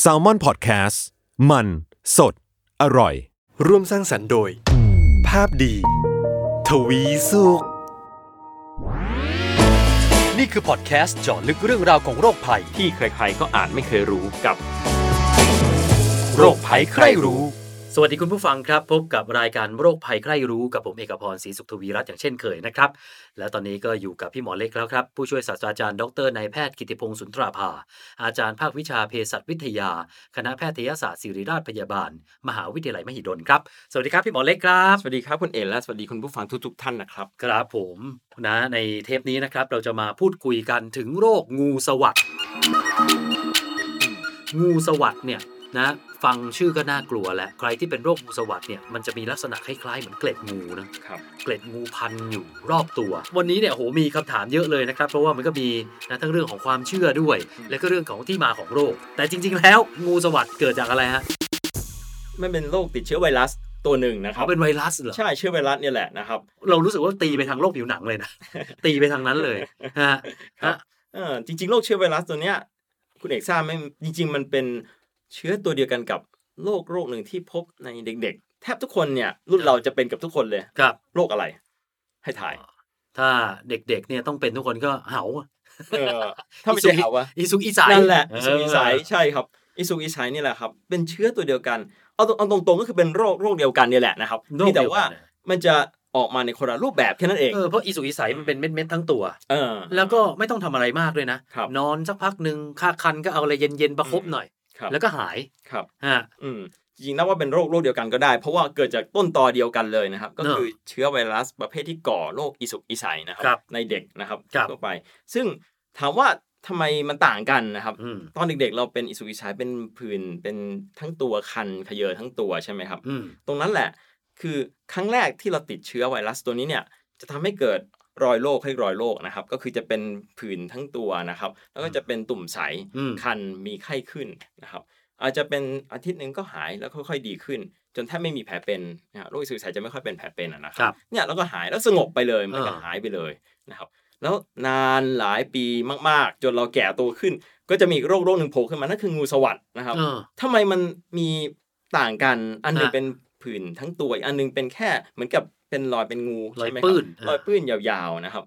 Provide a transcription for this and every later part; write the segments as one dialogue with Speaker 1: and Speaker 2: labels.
Speaker 1: แซลมอนพอดแคสต์มันสดอร่อย
Speaker 2: ร่วมสร้างสรรค์โดย ภาพดี ทวีสุข นี่คือพอดแคสต์เจาะลึกเรื่องราวของโรคภัย
Speaker 3: ที่ใครๆ ก็อ่านไม่เคยรู้กับ
Speaker 2: โรคภัยใครรู้
Speaker 4: สวัสดีคุณผู้ฟังครับ พบกับรายการโรคภัยใกล้รู้กับผมเอกพรศรีสุขทวีรัตน์อย่างเช่นเคยนะครับ และตอนนี้ก็อยู่กับพี่หมอเล็กแล้วครับ ผู้ช่วยศาสตราจารย์ดรนายแพทย์กิติพงศ์สุนทราภา อาจารย์ภาควิชาเภสัชวิทยา คณะแพทยศาสตร์ศิริราชพยาบาล มหาวิทยาลัยมหิดลครับ สวัสดีครับพี่หมอเล็กครับ
Speaker 3: สวัสดีครับคุณเอกและสวัสดีคุณผู้ฟังทุกๆท่านนะครับ
Speaker 4: ครับผมนะในเทปนี้นะครับเราจะมาพูดคุยกันถึงโรคงูสวัสดงูสวัสดเนี่ยนะฟังชื่อก็น่ากลัวแหละใครที่เป็นโรคงูสวัสดเนี่ยมันจะมีลักษณะคล้ายๆเหมือนเกล็ดงูนะครับ เกล็ดงูพันอยู่รอบตัว วันนี้เนี่ยโหมีคำถามเยอะเลยนะครับ เพราะว่ามันก็มีนะทั้งเรื่องของความเชื่อด้วย และก็เรื่องของที่มาของโรค แต่จริง ๆ แล้วงูสวัสดเกิดจากอะไรฮะ
Speaker 3: มันเป็นโรคติดเชื้อไวรัสตัวหนึ่งนะครั
Speaker 4: เขา
Speaker 3: บ
Speaker 4: เป็นไวรัสเหรอ
Speaker 3: ใช่เชื้อไวรัสเนี่ยแหละนะครับ
Speaker 4: เรารู้สึกว่าตีไปทางโรคผิวหนังเลยนะ ตีไปทางนั้นเลยฮะ
Speaker 3: ครับ
Speaker 4: ฮะ
Speaker 3: เออจริงๆโรคเชื้อไวรัสตัวเนี้ยคุณเอกทราบไหมจริง ๆ มันเป็นเชื้อตัวเดียวกันกับโรคโรคหนึ่งที่พบในเด็ก ๆ แทบทุกคนเนี่ยรุ่นเราจะเป็นกับทุกคนเลย
Speaker 4: ครับ
Speaker 3: โรคอะไร ให้ถ่าย
Speaker 4: ถ้าเด็กๆ เนี่ยต้องเป็นทุกคนก็เหา
Speaker 3: เออถ้าไม่ใช่เอาวะ
Speaker 4: อีสุกอีใสาย
Speaker 3: นั่นแหละอิสุก
Speaker 4: เ
Speaker 3: อิสายใช่ครับอิสุกอิสายนี่แหละครับ เป็นเชื้อตัวเดียวกัน เอาตรงเอาตรงๆก็คือเป็นโรคโรคเดียวกันเนี่ยแหละนะครับ
Speaker 4: โรค
Speaker 3: เพียง
Speaker 4: เดี
Speaker 3: แต่
Speaker 4: ยวกัน
Speaker 3: ว่า
Speaker 4: เนี่ย
Speaker 3: มันจะออกมาในคนละรูปแบบแค่นั้นเอง
Speaker 4: เออเพราะอีสุกอีใสายมันเป็นเม็ดๆทั้งตัว
Speaker 3: เออ
Speaker 4: แล้วก็ไม่ต้องทำอะไรมากด้วยนะ
Speaker 3: ครับ
Speaker 4: นอนสักพักหนึ่งค่าคันก็เอาอะไรเย็นๆประคบ
Speaker 3: อืม
Speaker 4: หน่อย
Speaker 3: ครับ
Speaker 4: แล้วก็หาย
Speaker 3: ครับ
Speaker 4: ฮะ
Speaker 3: อืมจริงๆนับว่าเป็นโรคโรคเดียวกันก็ได้ เพราะว่าเกิดจากต้นตอเดียวกันเลยนะครับ ก็
Speaker 4: เนอะ
Speaker 3: คือเชื้อไวรัสประเภทที่ก่อโรคอิสุกอิสัยนะค
Speaker 4: ครั
Speaker 3: รับ ในเด็กนะครับ
Speaker 4: ครับ
Speaker 3: ทั่วไป ซึ่งถามว่าทำไมมันต่างกันนะครับ
Speaker 4: อืม
Speaker 3: ตอนเด็กๆ เราเป็นอิสุกอิสัยเป็นผื่นเป็นทั้งตัวคันขยเยอทั้งตัวใช่ไหมครับ
Speaker 4: อืม
Speaker 3: ตรงนั้นแหละคือครั้งแรกที่เราติดเชื้อไวรัสตัวนี้เนี่ยจะทำให้เกิดรอยโรคให้รอยโรคนะครับ ก็คือจะเป็นผื่นทั้งตัวนะครับ แล้วก็จะเป็นตุ่มใส
Speaker 4: อืม
Speaker 3: คันมีไข้ขึ้นนะครับ อาจจะเป็นอาทิตย์หนึ่งก็หายแล้วค่อยๆดีขึ้น จนแทบไม่มีแผลเป็นนะฮะโรคซึมเศร้าจะไม่ค่อยเป็นแผลเป็นอะนะค
Speaker 4: ครับ รับ
Speaker 3: เนี่ยแล้วก็หายแล้วสงบไปเลยมันก็
Speaker 4: อ่า
Speaker 3: หายไปเลยนะครับ แล้วนานหลายปีมากๆ จนเราแก่ตัวขึ้น ก็จะมีอีกโรคโรคหนึ่งโผล่ขึ้นมานั่นคืองูสวัสดนะครับ
Speaker 4: เออ
Speaker 3: ทำไมมันมีต่างกัน อันหนึง
Speaker 4: ฮะ
Speaker 3: เป็นผื่นทั้งตัวอีกอันหนึงเป็นแค่เหมือนกับเป็นรอยเป็นงู
Speaker 4: รอย
Speaker 3: ใช่ไหม
Speaker 4: ปื้
Speaker 3: ครับ
Speaker 4: นอ่ะ
Speaker 3: รอยปื้นยาวๆนะครับ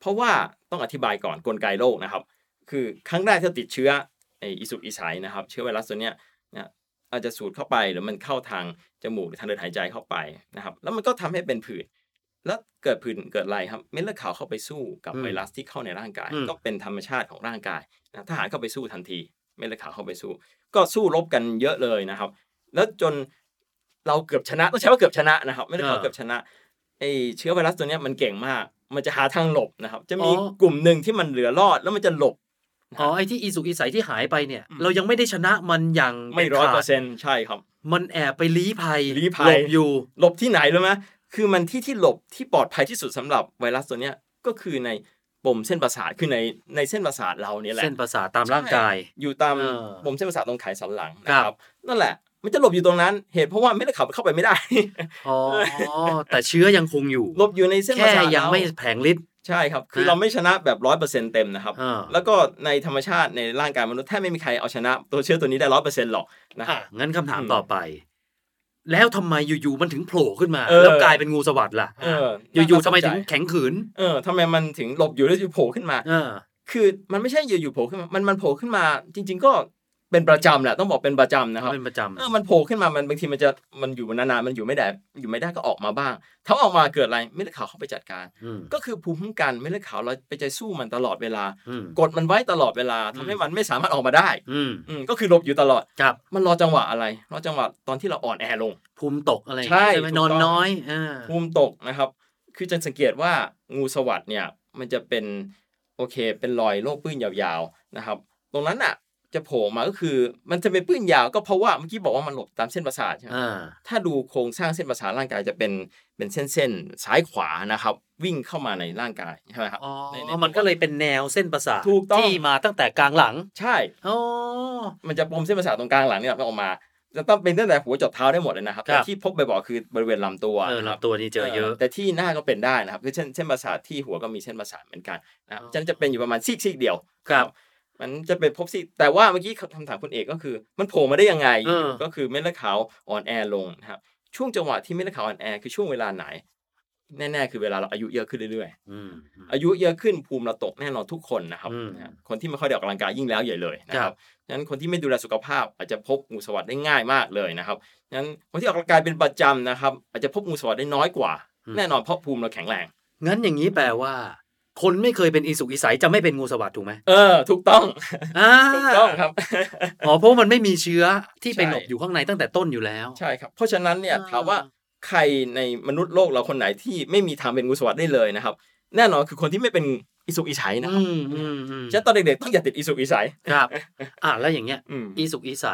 Speaker 3: เพราะว่าต้องอธิบายก่อนกลไกโรคนะครับ คือครั้งแรกที่ติดเชื้อไอ้อิสุกอิสัยนะครับ เชื้อไวรัสตัวเนี้ยนะอาจจะสูดเข้าไปหรือมันเข้าทางจมูกหรือทางเดินหายใจเข้าไปนะครับ แล้วมันก็ทำให้เป็นผื่นแล้วเกิดผื่นเกิดอะไรครับเม็ดเลือดขาวเข้าไปสู้กับ
Speaker 4: อืม
Speaker 3: ไวรัสที่เข้าในร่างกาย
Speaker 4: อืม
Speaker 3: ก็เป็นธรรมชาติของร่างกายนะทหารเข้าไปสู้ทันที เม็ดเลือดขาวเข้าไปสู้ ก็สู้รบกันเยอะเลยนะครับ แล้วจนเราเกือบชนะต้องใช้ว่าเกือบชนะนะครับ ไม่ได้ขอ
Speaker 4: อ่า
Speaker 3: เกือบชนะไอเชื้อไวรัสตัวเนี้ยมันเก่งมาก มันจะหาทางหลบนะครับ จะมี
Speaker 4: อ๋อ
Speaker 3: กลุ่มหนึ่งที่มันเหลือรอดแล้วมันจะหลบ
Speaker 4: อ๋อไอ้ที่อีสุกอีใสายที่หายไปเนี่ย
Speaker 3: อืม
Speaker 4: เรายังไม่ได้ชนะมันอย่าง
Speaker 3: ไม่
Speaker 4: ด็ด
Speaker 3: ร้อย
Speaker 4: ขาด
Speaker 3: เปอร์เซ็นต์ใช่ครับ
Speaker 4: มันแอบไปลี้ภัย
Speaker 3: ลี้ภัย
Speaker 4: หลบอยู่
Speaker 3: หลบที่ไหนรู้ไหมคือมันที่ที่หลบที่ปลอดภัยที่สุดสำหรับไวรัสตัวเนี้ยก็คือในปมเส้นประสาทคือในในเส้นประสาทเราเนี่ยแหละ
Speaker 4: เส้นประสาทตามร่างกาย
Speaker 3: ใช่อยู่ตาม
Speaker 4: เออ
Speaker 3: ปมเส้นประสาทตรงไขสันหลัง
Speaker 4: ครั
Speaker 3: นะ
Speaker 4: บ
Speaker 3: ครับ นั่นแหละ มันจะหลบอยู่ตรงนั้น เหตุเพราะว่าไม่ได้ขับเข้าไปไม่ได้
Speaker 4: อ๋อ แต่เชื้อยังคงอยู่
Speaker 3: หลบอยู่ในเส้นประ
Speaker 4: แค่
Speaker 3: สาท
Speaker 4: ยัง
Speaker 3: เรา
Speaker 4: ไม่แผลงฤทธิ์
Speaker 3: ใช่ครับ คือ
Speaker 4: ฮะ
Speaker 3: เราไม่ชนะแบบร้อยเปอร์เซ็นต์เต็มนะครับ
Speaker 4: อ่า
Speaker 3: แล้วก็ในธรรมชาติในร่างกายมนุษย์แทบไม่มีใครเอาชนะ ตัวเชื้อตัวนี้ได้ร้อยเปอร์เซ็นต์หรอกนะค
Speaker 4: อ่ะ
Speaker 3: รับ
Speaker 4: งั้นคำถาม
Speaker 3: อืม
Speaker 4: ต่อไป แล้วทำไมอยู่ๆมันถึงโผล่ขึ้นมา
Speaker 3: เออ
Speaker 4: แล้วกลายเป็นงูสวัสด์ล่ะ
Speaker 3: เออ
Speaker 4: อ
Speaker 3: น่า
Speaker 4: ยู่ๆทำไม
Speaker 3: สนใจ
Speaker 4: ถึงแข็งขืน
Speaker 3: เออทำไมมันถึงหลบอยู่แล้วจะโผล่ขึ้นมา
Speaker 4: เออ
Speaker 3: คือมันไม่ใช่อยู่ๆโผล่ขึ้นมา มันมันโผล่ขึ้นมา จริง ๆ ก็เป็นประจำแหละต้องบอกเป็นประจำนะครับ
Speaker 4: เป็นประจำ
Speaker 3: เออมันโผล่ขึ้นมา มันบางทีมันจะ มันอยู่นานๆ มันอยู่ไม่ได้ อยู่ไม่ได้ก็ออกมาบ้าง ถ้าออกมาเกิดอะไรเม็ดเลือดขาวเข้าไปจัดการ
Speaker 4: ม
Speaker 3: ก็คือภูมิคุ้มกันเม็ดเลือดขาวเราไปใจสู้มันตลอดเวลา
Speaker 4: อืม
Speaker 3: กดมันไว้ตลอดเวลา
Speaker 4: อื
Speaker 3: ทำ
Speaker 4: ม
Speaker 3: ให้มันไม่สามารถออกมาได้
Speaker 4: อืม
Speaker 3: อืมก็คือหลบอยู่ตลอด
Speaker 4: ครับ
Speaker 3: มันรอจังหวะอะไร รอจังหวะตอนที่เราอ่อนแอลง
Speaker 4: ภูมิตกอะไร
Speaker 3: ใช่
Speaker 4: ไหม
Speaker 3: ถูก
Speaker 4: นอน
Speaker 3: ต้อง
Speaker 4: น้อยอ่า
Speaker 3: ภูมิตกนะครับ คือจะสังเกตว่างูสวัสด์เนี่ย มันจะเป็นโอเค เป็นรอยโรคปื้นยาวๆนะครับ ตรงนั้นอ่ะ จะโผล่มาก็คือ มันจะเป็นปื้นยาวก็เพราะว่าเมื่อกี้บอกว่ามันหลบตามเส้นประสาทใช่ไหม
Speaker 4: อ่า
Speaker 3: ถ้าดูโครงสร้างเส้นประสาทร่างกายจะเป็นเป็นเส้นเส้นๆซ้ายขวานะครับ วิ่งเข้ามาในร่างกายใช่ไหมครับ
Speaker 4: อ๋อ
Speaker 3: ในใน
Speaker 4: มันก็เลยเป็นแนวเส้นประสาท
Speaker 3: ถูกต้อง
Speaker 4: ที่มาตั้งแต่กลางหลัง
Speaker 3: ใช่
Speaker 4: อ๋อ
Speaker 3: มันจะปมเส้นประสาทตรงกลางหลังเนี่ยมันออกมา จะต้องเป็นตั้งแต่หัวจดเท้าได้หมดเลยนะครับ
Speaker 4: ครับ
Speaker 3: แต่ที่พบบ่อยๆคือบริเวณลำตัว
Speaker 4: เออ
Speaker 3: นะครับ
Speaker 4: ลำตัวนี่เจอเยอะ
Speaker 3: แต่ที่หน้าก็เป็นได้นะครับคือเส้นเส้นประสาทที่หัวก็มีเส้นประสาทเหมือนกันนะครับ
Speaker 4: อ๋อ
Speaker 3: ฉะนันจะเป็นอยู่ประมาณซีกซีกๆเดียว
Speaker 4: ครับ
Speaker 3: มันจะเป็นพบซี่แต่ว่าเมื่อกี้คำถามคุณเอกก็คือ มันโผล่มาได้ยังไง
Speaker 4: เออ
Speaker 3: ก็คือเม็ดเลือดขาวอ่อนแอลงนะครับช่วงจังหวะที่เม็ดเลือดขาวอ่อนแอคือช่วงเวลาไหน แน่ๆ คือเวลาเราอายุเยอะขึ้นเรื่อย
Speaker 4: อืม
Speaker 3: ๆ อายุเยอะขึ้นภูมิเราตกแน่นอนทุกคนนะครับ
Speaker 4: อืม
Speaker 3: นะครับคนที่ไม่ค่อยได้ออกกำลังกายยิ่งแล้วใหญ่เลยนะ
Speaker 4: ค
Speaker 3: ค
Speaker 4: รั
Speaker 3: รับบ ฉะนั้นคนที่ไม่ดูแลสุขภาพอาจจะพบงูสวัสดได้ง่ายมากเลยนะครับฉะนั้นคนที่ออกกำลังกายเป็นประจำนะครับอาจจะพบงูสวัสดได้น้อยกว่า แน่นอนเพราะภูมิเราแข็งแรง
Speaker 4: งั้นอย่างนี้แปลว่า คนไม่เคยเป็นอีสุกอีใสจะไม่เป็นงูสวัสดถูกไหม
Speaker 3: เออ ถูกต้อง
Speaker 4: อ่า
Speaker 3: ถูกต้องครับ
Speaker 4: อ๋อเพราะว่ามันไม่มีเชื้อที่ไป
Speaker 3: ใช่
Speaker 4: หลบอยู่ข้างในตั้งแต่ต้นอยู่แล้ว
Speaker 3: ใช่ครับ เพราะฉะนั้นเนี่ย
Speaker 4: อ่า
Speaker 3: ถามว่าใครในมนุษย์โลกเราคนไหนที่ไม่มีทางเป็นงูสวัสดได้เลยนะครับ แน่นอนคือคนที่ไม่เป็นอิสุกอิชัยนะครั
Speaker 4: อื
Speaker 3: บ
Speaker 4: มอืมอืม
Speaker 3: ฉะนั้นตอนเด็กๆต้องอย่าติดอิสุกอิชัย
Speaker 4: ครับ อ่ะแล้วอย่างเงี้ย
Speaker 3: อืม
Speaker 4: อีสุกอีใส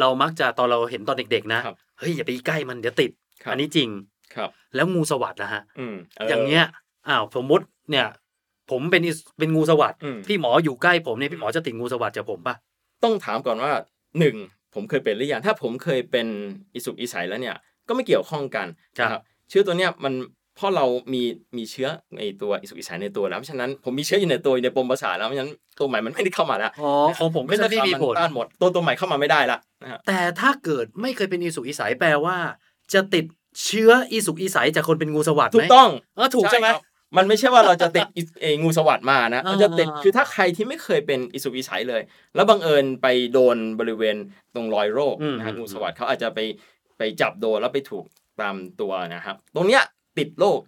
Speaker 4: เรามักจะตอนเราเห็นตอนเด็ก ๆ นะครับ เฮ้ยอย่าไปใกล้มันเดี๋ยวติด
Speaker 3: ครับ
Speaker 4: อันนี้จริง
Speaker 3: ครับ
Speaker 4: แล้วงูสวัสดนะฮะ
Speaker 3: อืม
Speaker 4: อย่างเงี้ยอ้าวสมมติเนี่ย ผมเป็นอีเป็นงูสวัสด
Speaker 3: อืม
Speaker 4: พี่หมออยู่ใกล้ผมเนี่ยพี่หมอจะติดงูสวัสดจากผมปะ
Speaker 3: ต้องถามก่อนว่าหนึ่งผมเคยเป็นหรือยังถ้าผมเคยเป็นอิสุกอิสัยแล้วเนี่ยก็ไม่เกี่ยวข้องกันนะครับเชื้อตัวเนี้ยมันเพราะเรามีมีเชื้อในตัวอิสุกอิสัยในตัวแล้วเพราะฉะนั้นผมมีเชื้ออยู่ในตัวอยู่ในปมประสาทแล้วเพราะฉะนั้นตัวใหม่มันไม่ได้เข้ามาแล้ว
Speaker 4: อ๋อของผมก็
Speaker 3: ไม่
Speaker 4: จะ
Speaker 3: ได้
Speaker 4: ไม่มีผล
Speaker 3: ต้านหมดตัวตัวใหม่เข้ามาไม่ได้ละนะฮะ
Speaker 4: แต่ถ้าเกิดไม่เคยเป็นอีสุกอีใสแปลว่า จะติดเชื้ออีสุกอีใสจากคนเป็นงูสวัสด
Speaker 3: ถู
Speaker 4: ไหม
Speaker 3: กต้อง
Speaker 4: เออถูกใช่ไหม
Speaker 3: ครับมันไม่ใช่ว่าเราจะติด อิเอ่องูสวัสดมานะ
Speaker 4: อ่า
Speaker 3: เราจะติด
Speaker 4: อ่า
Speaker 3: คือถ้าใครที่ไม่เคยเป็นอิสุกอิสัยเลย แล้วบังเอิญไปโดนบริเวณตรงรอยโรคนะฮะงูสวัสดเขาอาจจะไปไปจับโดนแล้วไปถูกตามตัวนะครับ ตรงเนี้ยติดโรค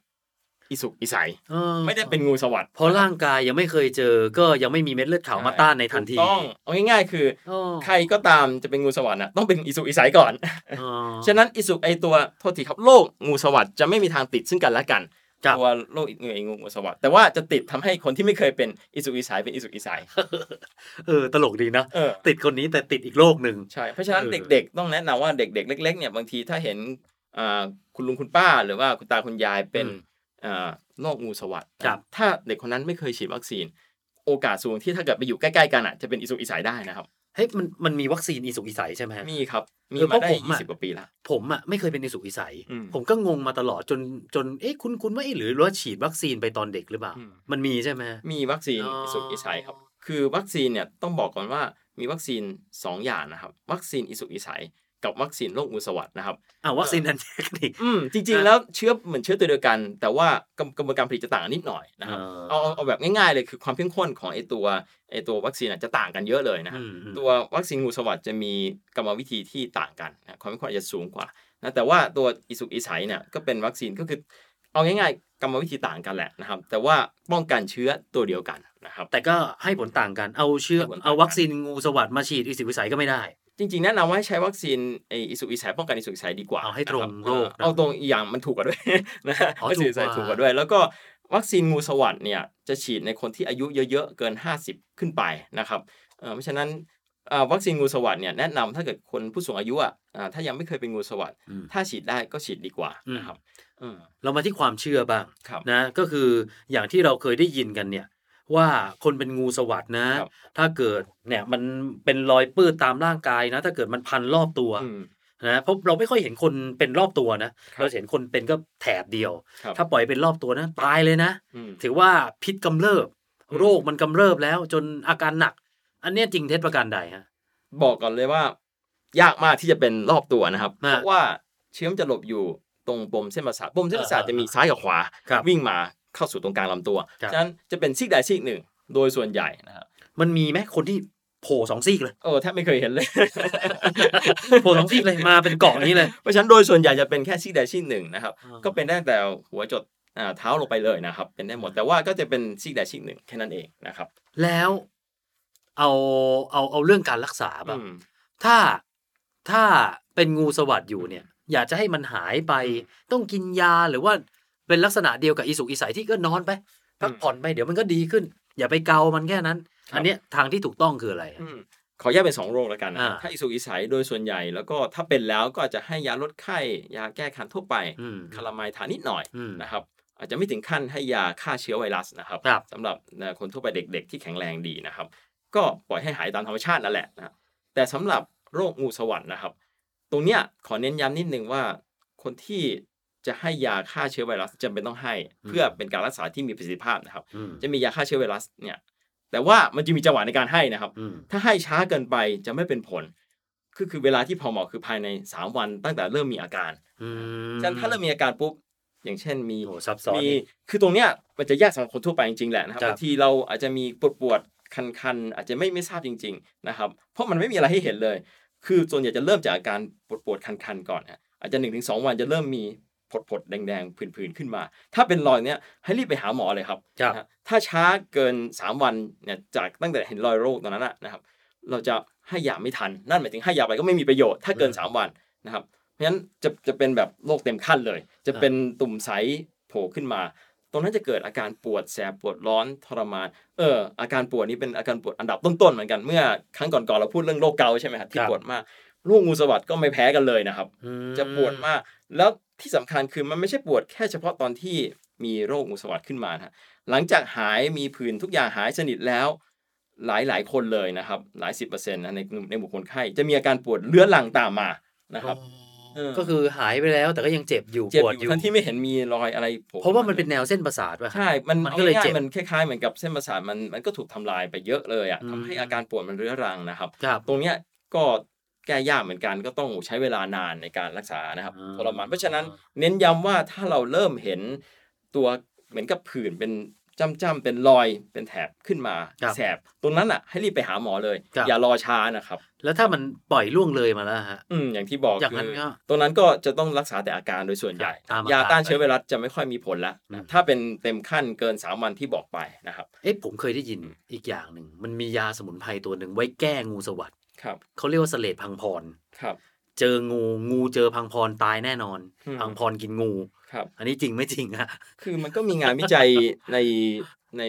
Speaker 3: อิสุกอิสัย
Speaker 4: เออ
Speaker 3: ไม่ได้เป็นงูสวัสด
Speaker 4: เพราะร่างกายยังไม่เคยเจอ ก็ยังไม่มีเม็ดเลือดขาวมาต้านในทันที
Speaker 3: ถูกต้องเอาง่ายๆ คือ
Speaker 4: อ๋อ
Speaker 3: ใครก็ตามจะเป็นงูสวัสดนะต้องเป็นอิสุกอิสัยก่อน
Speaker 4: อ๋อ
Speaker 3: ฉะนั้นอิสุกไอตัวโทษทีครับโรคงูสวัสดจะไม่มีทางติดซึ่งกันและกัน
Speaker 4: ครับ
Speaker 3: ตัวโรคงูไองูงูสวัสดแต่ว่าจะติดทำให้คนที่ไม่เคยเป็นอิสุกอิสายเป็นอิสุกอิสาย
Speaker 4: เออตลกดีนะ
Speaker 3: เออ
Speaker 4: ติดคนนี้แต่ติดอีกโรคหนึ่ง
Speaker 3: ใช่เพราะฉะนั้น
Speaker 4: เออ
Speaker 3: เด็กๆ ต้องแนะนำว่าเด็กๆ เล็กๆเนี่ยบางทีถ้าเห็นอ่าคุณลุงคุณป้าหรือว่าคุณตาคุณยายเป็น
Speaker 4: อืม
Speaker 3: อ่าโรคงูสวัสด
Speaker 4: ครับ
Speaker 3: ถ้าเด็กคนนั้นไม่เคยฉีดวัคซีน โอกาสสูงที่ถ้าเกิดไปอยู่ใกล้ๆกันอ่ะจะเป็นอิสุกอิสายได้นะครับ
Speaker 4: เฮ้ยมันมันมีวัคซีนอีสุกอีใสใช่ไหมฮะ
Speaker 3: มีครับมี
Speaker 4: เออเพ
Speaker 3: มา
Speaker 4: ราะ
Speaker 3: ได้
Speaker 4: ผม
Speaker 3: ยี่
Speaker 4: อะ
Speaker 3: สิบกว่าปีละ
Speaker 4: ผมอ่ะไม่เคยเป็นอีสุกอีใส
Speaker 3: อืม
Speaker 4: ผมก็งงมาตลอดจนจนเอ๊ะคุณคุณว่าเอ๊ะหรือว่าฉีดวัคซีนไปตอนเด็กหรือเปล่า
Speaker 3: อืม
Speaker 4: มันมีใช่ไหม
Speaker 3: มีวัคซีน
Speaker 4: อ๋ออิ
Speaker 3: อิสุกอิสัยครับ คือวัคซีนเนี่ยต้องบอกก่อนว่ามีวัคซีน 2 อย่างนะครับ วัคซีนอิสุกอิสัยกับวัคซีนโรคงูสวัสดนะครับ
Speaker 4: อ่าวัคซีนอันแรกนี่
Speaker 3: อืมจริงๆแล้วเชื้อเหมือนเชื้อตัวเดียวกัน แต่ว่ากระกระบวนการผลิตจะต่างกันนิดหน่อยนะครับ
Speaker 4: เอ
Speaker 3: เอา
Speaker 4: อ
Speaker 3: เอาเอาแบบง่ายๆเลยคือความเข้มข้นของไอตัวไอตัววัคซีนอะจะต่างกันเยอะเลยนะครับ
Speaker 4: อืมอืม
Speaker 3: ตัววัคซีนงูสวัสดจะมีกรรมวิธีที่ต่างกันนะความเข้มข้นอาจจะสูงกว่านะแต่ว่าตัวอิสุกอิสัยเนี่ยก็เป็นวัคซีนก็คือเอาง่ายๆ กรรมวิธีต่างกันแหละนะครับ แต่ว่าป้องกันเชื้อตัวเดียวกันนะครับ
Speaker 4: แต่ก็ให้ผลต่างกันเอาเชื้อ
Speaker 3: ให้ผลต่างกัน
Speaker 4: เอาวัคซีนงูสวัสดมาฉีดอีสุกอีใสก็ไม่ได้
Speaker 3: จริงๆแนะนำว่าให้ใช้วัคซีนไออิสุกอิสัยป้องกันอิสุกอิสัยดีกว่า
Speaker 4: เอาให้ตรง
Speaker 3: นะบ
Speaker 4: โรค
Speaker 3: เอาตรงอีกอย่างมันถูกกว่าด้วย นะฮะ
Speaker 4: อ๋อ
Speaker 3: วัคซีนอิสุกอิสัย
Speaker 4: ถู
Speaker 3: ถู
Speaker 4: ก
Speaker 3: ก
Speaker 4: ก
Speaker 3: ก
Speaker 4: ว่า
Speaker 3: ว่าด้วย แล้วก็วัคซีนงูสวัสดเนี่ยจะฉีดในคนที่อายุเยอะๆเกิน 50 ขึ้นไปนะครับเอ่อเพราะฉะนั้นเอ่อวัคซีนงูสวัสดเนี่ยแนะนำถ้าเกิดคนผู้สูงอายุอ่ะอ่าถ้ายังไม่เคยเป็นงูสวัสด
Speaker 4: อืม
Speaker 3: ถ้าฉีดได้ก็ฉีดดีกว่า
Speaker 4: อืม
Speaker 3: นะครับอืม
Speaker 4: เรามาที่ความเชื่อบ้าง
Speaker 3: ครับ
Speaker 4: นะก็คืออย่างที่เราเคยได้ยินกันเนี่ย ว่าคนเป็นงูสวัสดนะ
Speaker 3: ครับ
Speaker 4: ถ้าเกิดเนี่ยมันเป็นรอยปื้ดตามร่างกายนะ ถ้าเกิดมันพันรอบตัว
Speaker 3: อืม
Speaker 4: นะเพราะเราไม่ค่อยเห็นคนเป็นรอบตัวนะ
Speaker 3: ครับ
Speaker 4: เราจะเห็นคนเป็นก็แถบเดียว
Speaker 3: ครับ
Speaker 4: ถ้าปล่อยเป็นรอบตัวนะตายเลยนะ
Speaker 3: อืม
Speaker 4: ถือว่าพิษกำเริบ
Speaker 3: อืม
Speaker 4: โรคมันกำเริบแล้วจนอาการหนัก อันเนี้ยจริงเท็จประการใดฮะ
Speaker 3: บอกก่อนเลยว่า ยากมากที่จะเป็นรอบตัวนะครับ
Speaker 4: อ่า
Speaker 3: เพราะว่าเชื้อมนจะหลบอยู่ตรงปมเส้นประสาทปมเส้นประสาท
Speaker 4: อ่า
Speaker 3: จะมีซ้ายกับขวา
Speaker 4: ครับ
Speaker 3: วิ่งมาเข้าสู่ตรงกลางลำตัว
Speaker 4: ครับ
Speaker 3: ฉะนั้นจะเป็นซีกใดซีกหนึ่ง โดยส่วนใหญ่นะครับ
Speaker 4: มันมีไหมคนที่โผล่สองซีกเลย
Speaker 3: เออแทบไม่เคยเห็นเลย
Speaker 4: โผล่สองซีกเลยมาเป็นเกาะอย่างนี้เลย
Speaker 3: เพราะฉะนั้นโดยส่วนใหญ่จะเป็นแค่ซีกใดซีกหนึ่งนะครับ
Speaker 4: อ่า
Speaker 3: ก็เป็นได้ตั้งแต่หัวจดอ่าเท้าลงไปเลยนะครับ เป็นได้หมดแต่ว่าก็จะเป็นซีกใดซีกหนึ่งแค่นั้นเองนะครับ
Speaker 4: แล้วเอาเอาเอาเรื่องการรักษาบ้าง
Speaker 3: อืม
Speaker 4: ถ้าถ้าเป็นงูสวัสดอยู่เนี่ย อยากจะให้มันหายไป ต้องกินยาหรือว่าเป็นลักษณะเดียวกับอีสุกอีใสที่ก็นอนไปพักผ่อนไปเดี๋ยวมันก็ดีขึ้น อย่าไปเกามันแค่นั้น อันเนี้ยทางที่ถูกต้องคืออะไร
Speaker 3: อืมขอแยกเป็นสองโรคแล้วกันนะ
Speaker 4: อ่า
Speaker 3: ถ้าอิสุกอิสัยโดยส่วนใหญ่แล้วก็ถ้าเป็นแล้วก็อาจจะให้ยาลดไข้ ยาแก้คันทั่วไป
Speaker 4: อืม
Speaker 3: คาราไมายทานนิดหน่อย
Speaker 4: อืม
Speaker 3: นะครับ อาจจะไม่ถึงขั้นให้ยาฆ่าเชื้อไวรัสนะครับ
Speaker 4: ครับ
Speaker 3: สำหรับนะคนทั่วไปเด็กๆ ที่แข็งแรงดีนะครับ ก็ปล่อยให้หายตามธรรมชาตินั่นแหละนะแต่สำหรับโรคงูสวัสดนะครับ ตรงเนี้ยขอเน้นย้ำนิดนึงว่า คนที่จะให้ยาฆ่าเชื้อไวรัสจำเป็นต้องให้ เพื่อเป็นการรักษาที่มีประสิทธิภาพนะครับ
Speaker 4: อืม
Speaker 3: จะมียาฆ่าเชื้อไวรัสเนี่ยแต่ว่ามันจะมีจังหวะในการให้นะครับ
Speaker 4: อืม
Speaker 3: ถ้าให้ช้าเกินไปจะไม่เป็นผลคือคือเวลาที่พอเหมาะคือภายใน 3 วันตั้งแต่เริ่มมีอาการ
Speaker 4: อืม
Speaker 3: ฉะนั้นถ้าเริ่มมีอาการปุ๊บ อย่างเช่นมี
Speaker 4: โอ้โหซับซ้อน
Speaker 3: มี
Speaker 4: นี่
Speaker 3: คือตรงเนี้ยมันจะแยกสำหรับคนทั่วไปจริงๆแหละนะครับ
Speaker 4: ครับ
Speaker 3: บางทีเราอาจจะมีปวดปวดๆคันๆ อาจจะไม่ไม่ทราบจริง ๆนะครับ เพราะมันไม่มีอะไรให้เห็นเลย คือส่วนใหญ่จะเริ่มจากอาการปวดปวดๆคันๆก่อนนะอาจจะ1นถึงสวันจะเริ่มมีผดผดๆแดงๆผื่นๆขึ้นมา ถ้าเป็นรอยเนี้ยให้รีบไปหาหมอเลยครับ
Speaker 4: ครับ
Speaker 3: นะฮะถ้าช้าเกิน 3 วันเนี่ยจากตั้งแต่เห็นรอยโรคตอนนั้นนะนะครับ เราจะให้ยาไม่ทัน นั่นหมายถึงให้ยาไปก็ไม่มีประโยชน์ถ้าเกิน
Speaker 4: อืม
Speaker 3: 3 วันนะครับ เพราะฉะนั้นจะจะเป็นแบบโรคเต็มขั้นเลย จะเป็นตุ่มใสโผล่ขึ้นมา ตรงนั้นจะเกิดอาการปวดแสบปวดร้อนทรมาน เอออาการปวดนี้เป็นอาการปวดอันดับต้นๆเหมือนกันเมื่อครั้งก่อนๆเราพูดเรื่องโรคเกาต์ใช่ไหมครับ
Speaker 4: ค
Speaker 3: ที่
Speaker 4: รับ
Speaker 3: ปวดมากโรคงูสวัสดก็ไม่แพ้กันเลยนะครับ
Speaker 4: อืม
Speaker 3: จะปวดมาก แล้วที่สำคัญคือมันไม่ใช่ปวดแค่เฉพาะตอนที่มีโรคอุสวัสดขึ้นมานะฮะหลังจากหายมีผื่นทุกอย่างหายสนิทแล้ว หลายหลายคนเลยนะครับ หลายสิบเปอร์เซ็นต์นะในกลุ่มในหมู่คนไข้ จะมีอาการปวดเลื้อนหลังตามมานะครับ
Speaker 4: อ๋อ
Speaker 3: เออ
Speaker 4: ก็คือหายไปแล้วแต่ก็ยังเจ็บอยู่
Speaker 3: เจ็บ
Speaker 4: ปวด
Speaker 3: อ
Speaker 4: อยู่ ยู่
Speaker 3: ทั้งที่ไม่เห็นมีรอยอะไรโผล่
Speaker 4: เพราะว่ามันเป็นแนวเส้นประสาทป่ะ
Speaker 3: ใช่ มัน
Speaker 4: มันก็เลย
Speaker 3: อาง่า
Speaker 4: เจ็บ
Speaker 3: มันคล้ายๆเหมือนกับเส้นประสาทมันมันก็ถูกทำลายไปเยอะเลยอ่ะ
Speaker 4: อืม
Speaker 3: ทำให้อาการปวดมันเรื้อรังนะครับ
Speaker 4: ครับ
Speaker 3: ตรงเนี้ยก็แก้ยากเหมือนกันก็ต้องใช้เวลานานในการรักษานะครับ
Speaker 4: อ่า
Speaker 3: ทรมานเพราะฉะนั้นเน้นย้ำว่าถ้าเราเริ่มเห็นตัวเหมือนกับผื่นเป็นจ้ำๆเป็นรอยเป็นแถบขึ้นมา
Speaker 4: ครับ
Speaker 3: แสบตรงนั้นอ่ะให้รีบไปหาหมอเลย
Speaker 4: ครับ
Speaker 3: อย่ารอช้านะครับ
Speaker 4: แล้วถ้ามันปล่อยล่วงเลยมาแล้วฮะ
Speaker 3: อืมอย่างที่บอก
Speaker 4: อย่าง
Speaker 3: คื
Speaker 4: นั้นก็
Speaker 3: ตรงนั้นก็จะต้องรักษาแต่อาการโดยส่วนใหญ่
Speaker 4: ตามอาการ
Speaker 3: ยาต้านเชื้อไวรัสจะไม่ค่อยมีผลละ
Speaker 4: อืม
Speaker 3: ถ้าเป็นเต็มขั้นเกินสามวันที่บอกไปนะครับ
Speaker 4: เอ๊ะผมเคยได้ยินอีกอย่างหนึ่ง มันมียาสมุนไพรตัวหนึ่งไว้แก้งูสวัสด
Speaker 3: ครับ
Speaker 4: เขาเรียกว่าเสลดพังพร
Speaker 3: ครับ
Speaker 4: เจองูงูเจอพังพรตายแน่นอน
Speaker 3: อืม
Speaker 4: พังพรกินงู
Speaker 3: ครับ
Speaker 4: อันนี้จริงไม่จริงอะ
Speaker 3: คือมันก็มีงานวิ จัย ในใน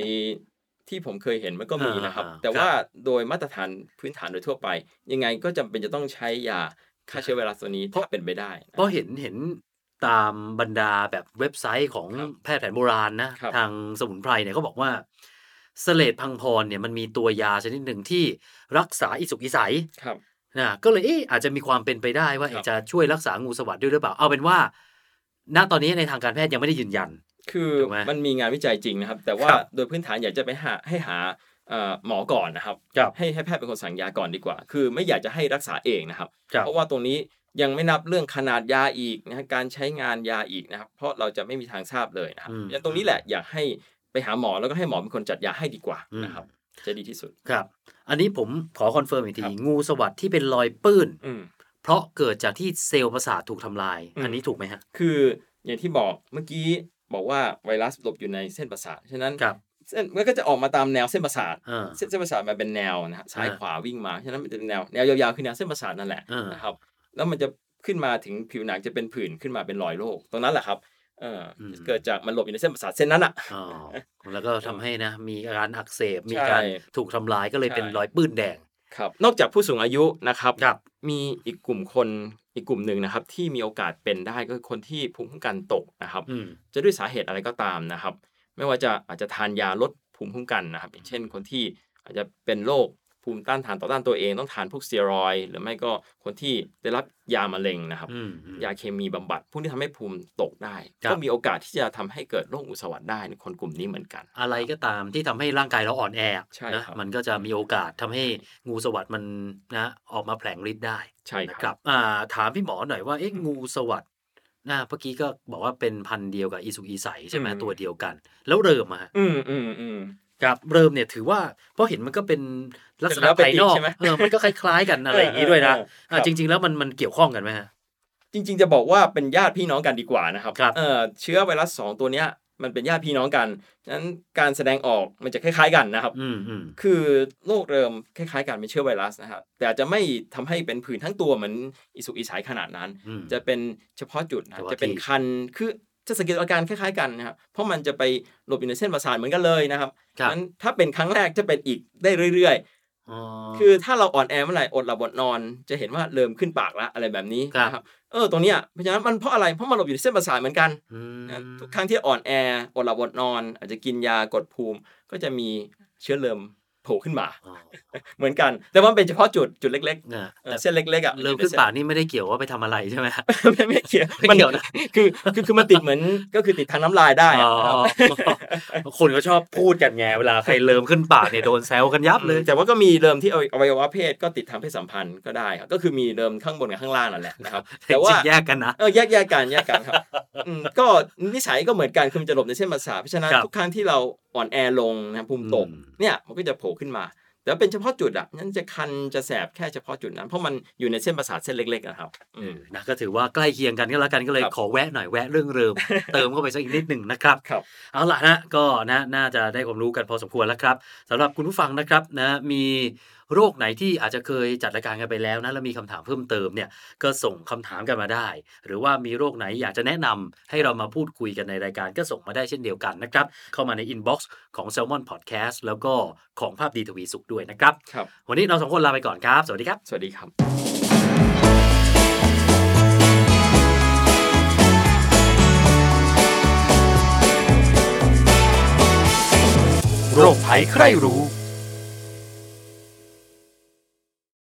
Speaker 3: ที่ผมเคยเห็นมันก็มีนะครับ
Speaker 4: อ่าๆ
Speaker 3: แต่ว่าโดยมาตรฐานพื้นฐานโดยทั่วไป ยังไงก็จำเป็นจะต้องใช้ยาฆ่าเชื้อไวรัสตัวนี้
Speaker 4: เพราะ
Speaker 3: ถ้าเป็นไปได้นะ
Speaker 4: เพราะเห็นเห็นตามบรรดาแบบเว็บไซต์ของ
Speaker 3: ครับ
Speaker 4: แพทย์แผนโบราณนะครับ ทางสมุนไพรเนี่ยเขาบอกว่าเสลดพังพรเนี่ยมันมีตัวยาชนิดหนึ่งที่รักษาอิสุกอิสัย
Speaker 3: ครับ
Speaker 4: นะก็เลยเอ๊ะอาจจะมีความเป็นไปได้ว่า
Speaker 3: ครับ
Speaker 4: จะช่วยรักษางูสวัสด์ด้วยหรือเปล่า เอาเป็นว่า ณตอนนี้ในทางการแพทย์ยังไม่ได้ยืนยัน
Speaker 3: คือ
Speaker 4: ถูกไหม
Speaker 3: มันมีงานวิจัยจริงนะครับ แต่ว่า
Speaker 4: ครับ
Speaker 3: โดยพื้นฐานอยากจะไปหาให้หาเอ่อหมอก่อนนะครับ
Speaker 4: ครับ
Speaker 3: ให้ให้แพทย์เป็นคนสั่งยาก่อนดีกว่า คือไม่อยากจะให้รักษาเองนะครับ
Speaker 4: ครับ
Speaker 3: เพราะว่าตรงนี้ยังไม่นับเรื่องขนาดยาอีกนะฮะการใช้งานยาอีกนะครับ เพราะเราจะไม่มีทางทราบเลยนะครับ
Speaker 4: อืม
Speaker 3: ดังนั้นตรงนี้แหละอยากให้ไปหาหมอแล้วก็ให้หมอเป็นคนจัดยาให้ดีกว่านะครับ จะดีที่สุด
Speaker 4: ครับ อันนี้ผมขอคอนเฟิร์มอีกที
Speaker 3: ครับ
Speaker 4: งูสวัสด์ที่เป็นรอยปื้น
Speaker 3: อืม
Speaker 4: เพราะเกิดจากที่เซลล์ประสาทถูกทำลาย
Speaker 3: อืม
Speaker 4: อันนี้ถูกไหมฮะ
Speaker 3: คืออย่างที่บอกเมื่อกี้บอกว่าไวรัสหลบอยู่ในเส้นประสาท ฉะนั้น
Speaker 4: ครับ
Speaker 3: เส้นมันก็จะออกมาตามแนวเส้นประสาท
Speaker 4: เอ อ
Speaker 3: เส้นเส้นประสาทมันเป็นแนวนะฮะซ้าย
Speaker 4: อ่า
Speaker 3: ขวาวิ่งมา ฉะนั้นมันจะเป็นแนวแนวยาวๆคือแนวเส้นประสาทนั่นแหละ
Speaker 4: อ่าน
Speaker 3: นะครับ แล้วมันจะขึ้นมาถึงผิวหนังจะเป็นผื่นขึ้นมาเป็นรอยโรคตรงนั้นแหละครับ เอออเกิดจากมันหลบอยู่ในเส้นประสาทเส้นนั้นอ่ะ
Speaker 4: อ๋อแล้วก็ทำให้นะ มีอาการอักเสบ มี
Speaker 3: ใช่
Speaker 4: การถูกทำลายก็เลย
Speaker 3: ใช่
Speaker 4: เป็นรอยปื้นแดง
Speaker 3: ครับ นอกจากผู้สูงอายุนะครับ
Speaker 4: ครับ
Speaker 3: มีอีกกลุ่มคนอีกกลุ่มหนึ่งนะครับ ที่มีโอกาสเป็นได้ก็คือคนที่ภูมิคุ้มกันตกนะครับ
Speaker 4: อืม
Speaker 3: จะด้วยสาเหตุอะไรก็ตามนะครับ ไม่ว่าจะอาจจะทานยาลดภูมิคุ้มกันนะครับ อย่างเช่นคนที่อาจจะเป็นโรคภูมิต้านทานต่อต้านตัวเองต้องทานพวกสเตียรอยด์หรือไม่ก็คนที่ได้รับยามะเร็งนะครับ
Speaker 4: อืมอืม
Speaker 3: ยาเคมีบำบัดพวกที่ทำให้ภูมิตกได้
Speaker 4: ครับ
Speaker 3: ก็มีโอกาสที่จะทำให้เกิดโรคอุสวัสดได้ในคนกลุ่มนี้เหมือนกัน
Speaker 4: อะไรก็ตามที่ทำให้ร่างกายเราอ่อนแอ
Speaker 3: ใช่
Speaker 4: นะครับ มันก็จะมีโอกาสทำให้งูสวัสด์มันนะออกมาแผลงฤทธิ์ได้
Speaker 3: ใช่
Speaker 4: นะ
Speaker 3: ค
Speaker 4: ค
Speaker 3: รั
Speaker 4: รั
Speaker 3: บบ
Speaker 4: อ่าถามพี่หมอหน่อยว่าเอ๊ะงูสวัสด์นะเมื่อกี้ก็บอกว่าเป็นพันธุ์เดียวกับอีสุกอีใสใช่ไหมตัวเดียวกัน แล้วเริ่มอะฮะ
Speaker 3: อืมอืมอืม
Speaker 4: ครับเริ่มเนี่ยถือว่าเพราะเห็นมันก็เป็นลักษณะ
Speaker 3: เป็น
Speaker 4: ภายนอก
Speaker 3: เป็นติดใช่ไหม
Speaker 4: เออ มันก็คล้ายๆกันอะไรอย่างนี้ด้วยนะ
Speaker 3: เออเออเอออ่
Speaker 4: อ่าจริง ๆ แล้วมันมันเกี่ยวข้องกันไหมฮะ
Speaker 3: จริงๆจะบอกว่าเป็นญาติพี่น้องกันดีกว่านะครับ
Speaker 4: ครับ
Speaker 3: เอ่อเชื้อไวรัสสองตัวเนี้ยมันเป็นญาติพี่น้องกันฉะนั้นการแสดงออกมันจะคล้าย ๆ กันนะครับ
Speaker 4: อืมอืม
Speaker 3: คือโรคเริมคล้ายๆกันเป็นเชื้อไวรัสนะครับแต่อาจจะไม่ทำให้เป็นผื่นทั้งตัวเหมือนอิสุกอิสายขนาดนั้น
Speaker 4: อืม
Speaker 3: จะเป็นเฉพาะจุดนะ
Speaker 4: เฉพาะ
Speaker 3: จะเป็น
Speaker 4: ที่
Speaker 3: คันคือ จะสังเกตอาการคล้ายๆกันนะครับเพราะมันจะไปหลบอยู่ในเส้นประสาทเหมือนกันเลยนะครับ
Speaker 4: ครับ
Speaker 3: งั้นถ้าเป็นครั้งแรกจะเป็นอีกได้เรื่อย
Speaker 4: อ๋อ
Speaker 3: ๆ คือถ้าเราอ่อนแอเมื่อไหร่อดหลับอดนอน จะเห็นว่าเริ่มขึ้นปากละอะไรแบบนี้
Speaker 4: ครับ
Speaker 3: นะครับเออตรงเนี้ยเพราะฉะนั้นมันเพราะอะไรเพราะมันหลบอยู่ในเส้นประสาทเหมือนกัน
Speaker 4: ม
Speaker 3: นะทุกครั้งที่อ่อนแออดหลับอดนอน อาจจะกินยากดภูมิ ก็จะมีเชื้อเริมโผล่ขึ้นมา
Speaker 4: อ๋อ
Speaker 3: เหมือนกัน แต่ว่ามันเป็นเฉพาะจุดจุดเล็ก
Speaker 4: เนี่ย
Speaker 3: ๆเอ่อ
Speaker 4: แต่
Speaker 3: เส้นเล็กๆอ่ะ
Speaker 4: เริ่มขึ้นปากนี่ไม่ได้เกี่ยวว่าไปทำอะไรใช่ไหม
Speaker 3: ไม่ไม่เกี่ยว
Speaker 4: ไม่
Speaker 3: มัน
Speaker 4: เกี่ยวนะ
Speaker 3: คือคือคือมันติดเหมือนก็คือติดทางน้ำลายได้
Speaker 4: อ๋
Speaker 3: อะ
Speaker 4: อ
Speaker 3: นะครับ
Speaker 4: คนก็ชอบพูดกันไงเวลาใครเริ่มขึ้นปากเนี่ยโดนแซวกันยับเลย
Speaker 3: แต่ว่าก็มีเริมที่อวัยวะเพศก็ติดทางเพศสัมพันธ์ก็ได้ครับก็คือมีเริมข้างบนกับข้างล่างนั่นแหละนะครับแต่ว่า
Speaker 4: จริงๆแยกกันนะ
Speaker 3: เออแยกแยกกันแยกกัน ครับอืมก็นิสัยก็เหมือนกันคือมันจะหลบในเส้นประสาทเพราะฉะนั้น
Speaker 4: ครับ
Speaker 3: ทุกครั้งที่เราอ่อนแอลงนะครับภูมิตก
Speaker 4: อืม
Speaker 3: เนี่ยมันก็จะโผล่ขึ้นมา แต่ว่าเป็นเฉพาะจุดอ่ะนั้นจะคันจะแสบแค่เฉพาะจุดนั้น เพราะมันอยู่ในเส้นประสาทเส้นเล็กๆนะครับอืม
Speaker 4: นะก็ถือว่าใกล้เคียงกันก็แล้วกันก็เลย
Speaker 3: ครับ
Speaker 4: ขอแวะหน่อยแวะเรื่องเริม เติมเข้าไปสักอีกนิดหนึ่งนะครับ
Speaker 3: ครับ
Speaker 4: เอาล่ะนะก็นะน่าจะได้ความรู้กันพอสมควรแล้วครับสำหรับคุณผู้ฟังนะครับนะมีโรคไหนที่อาจจะเคยจัดรายการกันไปแล้วนะแล้วมีคำถามเพิ่มเติมเนี่ยก็ส่งคำถามกันมาได้ หรือว่ามีโรคไหนอยากจะแนะนำให้เรามาพูดคุยกันในรายการก็ส่งมาได้เช่นเดียวกันนะครับเข้ามาในอินบ็อกซ์ของ s ซ l m o n Podcast แล้วก็ของภาพดีทวีสุขด้วยนะครับ
Speaker 3: ครับ
Speaker 4: วันนี้เราสองคนลาไปก่อนครับสวัสดีครับ
Speaker 3: สวัสดีครั
Speaker 2: โร
Speaker 3: บ
Speaker 2: คภัยใครรู้